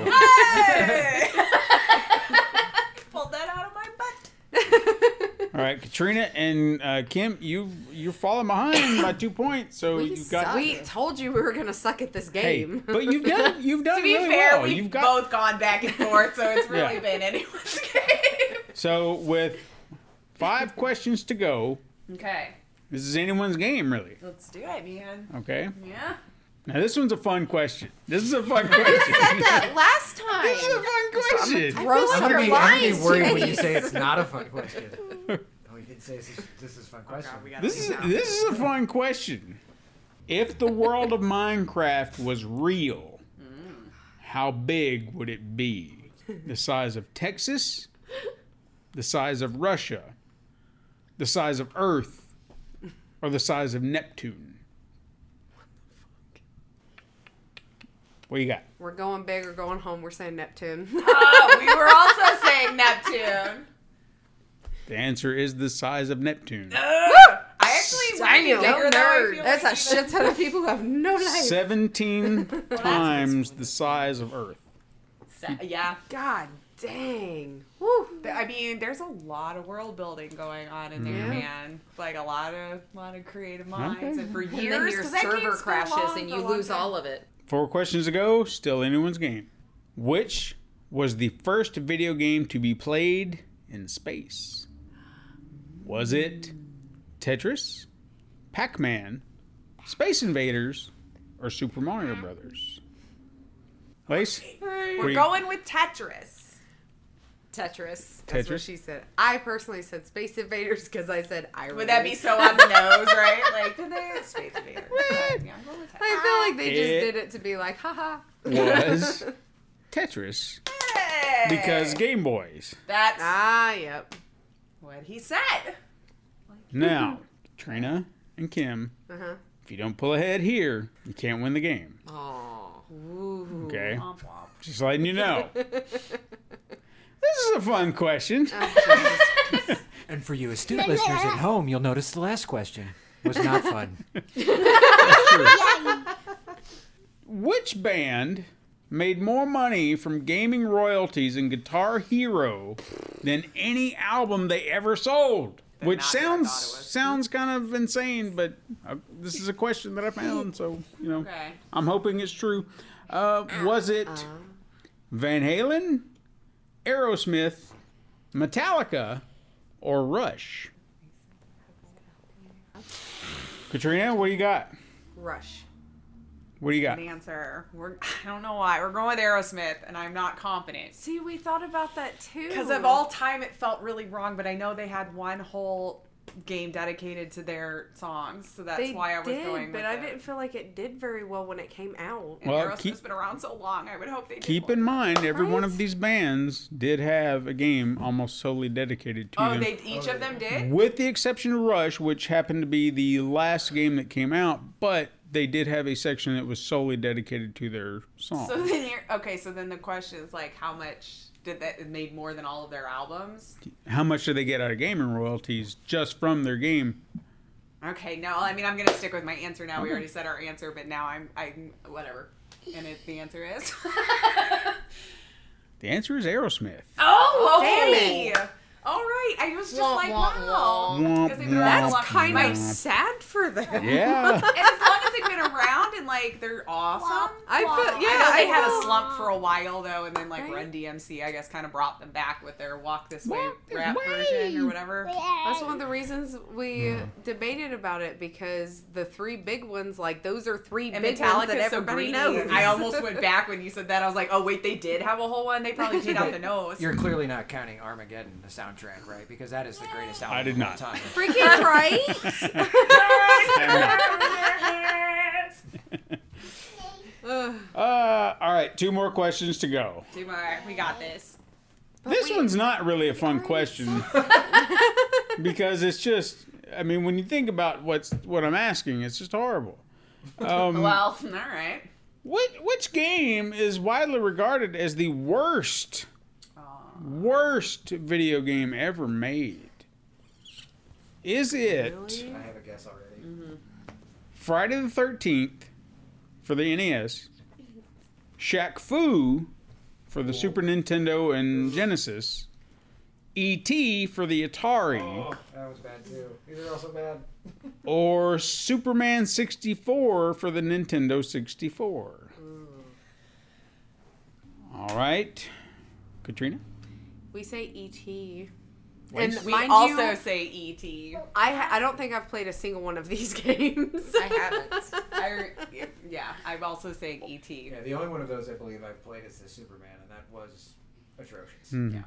S3: Pulled that out of my butt.
S2: All right, Katrina and uh, Kim, you you're falling behind by two points, so
S5: We
S2: you've got.
S5: suck.
S7: We told you we were going to suck at this
S2: hey,
S7: game.
S2: but you've done you've done
S3: To be
S2: really
S3: fair,
S2: well.
S3: we've
S2: you've got
S3: both gone back and forth, so it's really
S2: Yeah.
S3: been anyone's game.
S2: so with five questions to go.
S3: Okay,
S2: This is anyone's game, really.
S3: let's do it, man.
S2: Okay.
S3: Yeah.
S2: Now this one's a fun question. This is a fun question.
S5: that last
S2: this is a
S5: time.
S2: fun question.
S5: Gross
S4: I'm gonna
S5: your
S4: be, I'm gonna
S5: lines,
S4: be worried when you
S5: Jace.
S4: say it's not a fun question. Oh, you didn't say this is, this is a fun
S2: Oh,
S4: question.
S2: This is this is a fun question. If the world of Minecraft was real, how big would it be? The size of Texas? The size of Russia? The size of Earth? Or the size of Neptune? What you got?
S7: We're going big or going home. We're saying Neptune.
S3: Oh, we were also saying Neptune.
S2: The answer is the size of Neptune.
S3: I actually went
S7: Daniel,
S3: bigger though. I feel
S7: That's
S3: like
S7: a shit ton of people who have no life.
S2: 17 times the size of Earth.
S3: even- Yeah.
S7: God dang. Woo.
S3: But, I mean, there's a lot of world building going on in there, man. Like a lot of, lot of creative minds, and for years,
S5: And then your
S3: 'cause that
S5: server
S3: game's been
S5: crashes
S3: along
S5: and
S3: for a
S5: you
S3: long
S5: lose
S3: time.
S5: all of it.
S2: Four questions ago, still anyone's game. Which was the first video game to be played in space? Was it Tetris, Pac Man, Space Invaders, or Super Mario Brothers? Lace?
S3: We're going with Tetris.
S5: Tetris.
S7: That's what
S2: Tetris?
S7: she said. I personally said Space Invaders because I said I.
S3: Would that be so on the nose, right? Like, did they space invaders? Yeah, I'm going with Tetris.
S7: I feel like they just
S2: It-
S7: did it to be like, haha.
S2: Was Tetris because Game Boys.
S3: That's
S7: Ah, yep.
S3: what he said.
S2: Now, Trina and Kim,
S7: Uh huh.
S2: if you don't pull ahead here, you can't win the game.
S5: Oh.
S2: Okay? Just letting you know. This is a fun question.
S4: And for you astute listeners at home, you'll notice the last question was not fun.
S2: Which band made more money from gaming royalties and Guitar Hero than any album they ever sold? Which
S3: not what I
S2: sounds
S3: thought it was.
S2: sounds kind of insane, but uh, this is a question that I found, so you know
S3: Okay.
S2: I'm hoping it's true. Uh, was it Van Halen, Aerosmith, Metallica, or Rush? Katrina, what do you got?
S7: Rush.
S2: What do you got?
S3: The answer. We're, I don't know why. We're going with Aerosmith, and I'm not confident.
S7: See, we thought about that too.
S3: Because of all time, it felt really wrong, but I know they had one whole game dedicated to their songs, so that's
S7: they
S3: why I was
S7: did,
S3: going
S7: but
S3: with
S7: I
S3: it.
S7: didn't feel like it did very well when it came out.
S3: And
S2: Well,
S3: Aerosmith's
S2: keep-
S3: been around so long, I would hope they did
S2: Keep
S3: more.
S2: in mind, every one of these bands did have a game almost solely dedicated to
S3: Oh,
S2: them.
S3: they each of them did?
S2: With the exception of Rush, which happened to be the last game that came out, but they did have a section that was solely dedicated to their song.
S3: So then you're okay. So then the question is like, how much did that it made more than all of their albums?
S2: How much do they get out of gaming royalties just from their game?
S3: Okay, no, I mean I'm gonna stick with my answer now. We already said our answer, but now I'm I whatever. And it, the answer is
S2: The answer is Aerosmith.
S3: oh, okay. All right. I was just
S5: Wah,
S3: like,
S5: wah,
S3: wow.
S5: wah.
S2: Womp,
S3: Because they threw out a
S2: womp,
S3: lot of
S7: Kind
S3: my-
S7: of sad for them.
S2: Yeah.
S3: And as long as they've been around and like they're awesome.
S7: I feel yeah.
S3: I know they
S7: I
S3: had
S7: feel-
S3: a slump for a while though, and then like
S7: Right.
S3: Run DMC, I guess, kind of brought them back with their Walk This Way rap version or whatever.
S7: That's one of the reasons we debated about it because the three big ones, like those are three
S3: And
S7: big ones that
S3: Metallica's so
S7: everybody
S3: greedy.
S7: knows.
S3: I almost went back when you said that. I was like, oh wait, they did have a whole one. They probably did out the nose.
S4: You're clearly not counting Armageddon, the soundtrack, right? Because that is the greatest album.
S2: I did
S4: of all
S2: not.
S4: Time.
S7: freaking right. Ugh.
S2: Uh, all right, two more questions to go.
S3: Do my- we got this.
S2: This one's not really a fun question because it's just. I mean, when you think about what's what I'm asking, it's just horrible. Um,
S3: Well, all right.
S2: What which game is widely regarded as the worst, worst video game ever made? Is it
S4: I have a guess already.
S2: Friday the Thirteenth for the NES, Shaq Fu for the Super Nintendo and Genesis, E.T. for the Atari,
S4: That was bad too. These are also bad.
S2: or Superman 64 for the Nintendo 64? All right, Katrina.
S7: We say E ET.
S2: Wait.
S7: And
S3: We
S7: mind
S3: also
S7: you,
S3: say E ET.
S7: I ha- I don't think I've played a single one of these games.
S5: I haven't.
S3: I, yeah, I'm also E saying ET.
S4: Yeah, the only one of those I believe I've played is the Superman, and that was atrocious.
S2: Hmm.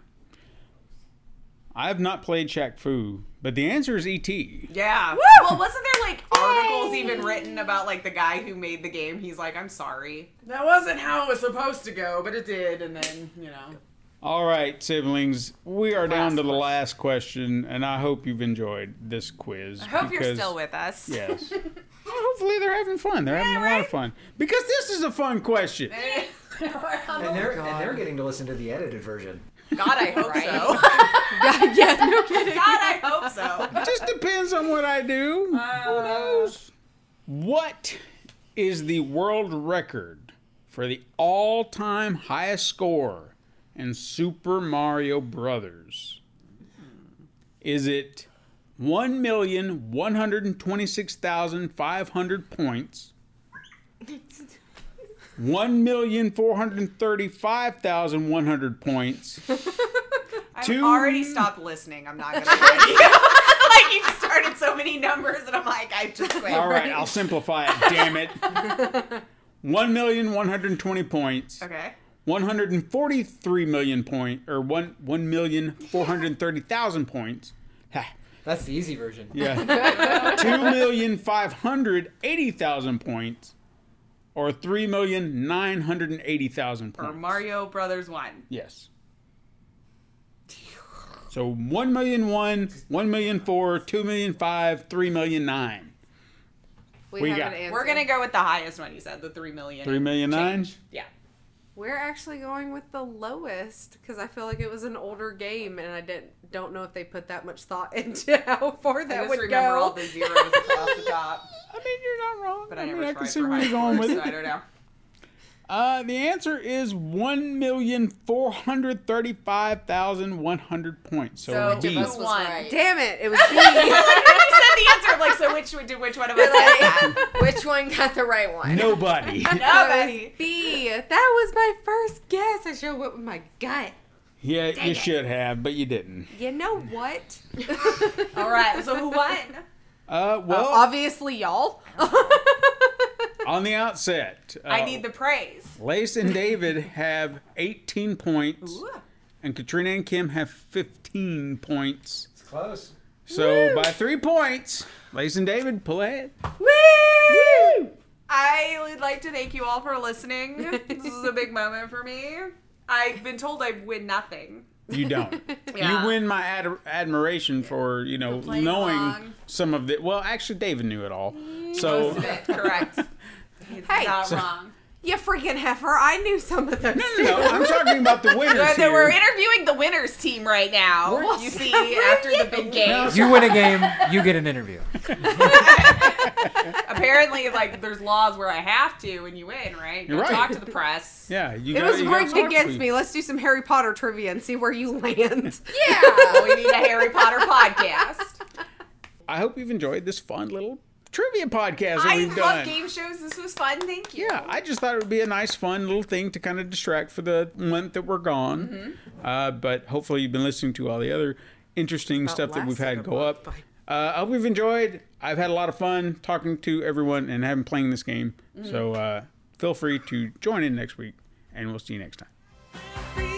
S2: I have not played Shaq Fu, but the answer is E E.T.
S3: Yeah. Well, wasn't there like articles even written about like the guy who made the game? He's like, I'm sorry. That wasn't how it was supposed to go, but it did. And then, you know.
S2: All right, siblings, we are down to the last question, and I hope you've enjoyed this quiz.
S3: I hope you're still with us.
S2: Yes. Well, hopefully they're having fun. They're having a lot of fun because this is a fun question.
S4: and they're and they're getting to listen to the edited version.
S3: God, I hope so.
S7: yeah, no kidding.
S3: God, I hope so.
S2: It just depends on what I do. Who knows? What is the world record for the all-time highest score in Super Mario Brothers? Is it 1,126,500 points? 1,435,100 points?
S3: I've
S2: Two-
S3: already stopped listening. I'm not gonna. lie. like you started so many numbers, and I'm like, I just quit.
S2: All right, I'll simplify it. Damn it. 1,120 points.
S3: Okay.
S2: 143 million point or 1 1,430,000 points. Ha,
S4: That's the easy version.
S2: yeah. 2,580,000 points or 3,980,000
S3: Or
S2: points.
S3: Mario Brothers One.
S2: Yes. So 1 million 1, 1 million 4, 2 million 5, 3 million 9.
S7: We,
S2: We
S7: have
S2: got-
S7: an answer.
S3: We're gonna go with the highest one you said, the three million.
S2: 3 million 9?
S3: Yeah.
S7: We're actually going with the lowest because I feel like it was an older game and I didn't don't know if they put that much thought into how far
S3: I
S7: that
S3: just
S7: would
S3: remember
S7: go.
S3: all the zeros across the top,
S2: I mean, you're not wrong.
S3: but
S2: I,
S3: I,
S2: mean,
S3: never
S2: I
S3: tried
S2: can see
S3: for
S2: where
S3: high
S2: you're going
S3: scores,
S2: with
S3: so I
S2: it.
S3: don't know.
S2: Uh, the answer is one million four hundred thirty-five thousand one hundred points. So,
S3: So
S2: D.
S3: which of us was
S5: One.
S3: right?
S7: Damn it! It was me.
S3: I said the answer. I'm like, so which one- did which one of us? Said that?
S5: Which one got the right one?
S2: Nobody.
S3: Nobody.
S7: B. That was my first guess. I should have went with my gut.
S2: yeah, you should have, but you didn't.
S7: You know what?
S3: All right. So who won?
S2: Uh, well,
S7: Obviously, y'all.
S2: on the outset, uh,
S3: I need the praise.
S2: Lace and David have eighteen points,
S3: Ooh.
S2: and Katrina and Kim have fifteen points.
S4: It's close.
S2: So by three points, Lace and David pull ahead. Woo!
S3: I would like to thank you all for listening. this is a big moment for me. I've been told I win nothing.
S2: You don't.
S3: Yeah.
S2: You win my ad- admiration for you know
S3: playing
S2: knowing
S3: along.
S2: some of the. Well, actually, David knew it all. So
S3: Most of it, correct. It's
S7: Hey.
S3: not wrong.
S7: you freaking heifer! I knew some of those.
S2: no, no, I'm talking about the winners
S3: So we're
S2: here.
S3: interviewing the winners team right now. you see, after the big game.
S4: You win a game, you get an interview.
S3: apparently, like, there's laws where I have to and you win, right? You
S2: You're
S3: gotta
S2: right.
S3: Talk to the press.
S2: Yeah, you
S7: It
S2: gotta-
S7: was
S2: you gotta
S7: rigged
S2: talk to
S7: against
S2: people.
S7: me. Let's do some Harry Potter trivia and see where you land.
S3: Yeah, we need a Harry Potter podcast.
S2: I hope you've enjoyed this fun little trivia podcast that
S3: I
S2: we've
S3: love
S2: done.
S3: game shows. This was fun. Thank you.
S2: Yeah, I just thought it would be a nice, fun little thing to kind of distract for the month that we're gone.
S7: Mm-hmm.
S2: Uh, but hopefully, you've been listening to all the other interesting stuff that we've had
S7: lasted a
S2: go
S7: month,
S2: up. Uh, I hope you've enjoyed. I've had a lot of fun talking to everyone and having playing this game. So
S7: Mm-hmm.
S2: uh, feel free to join in next week, and we'll see you next time.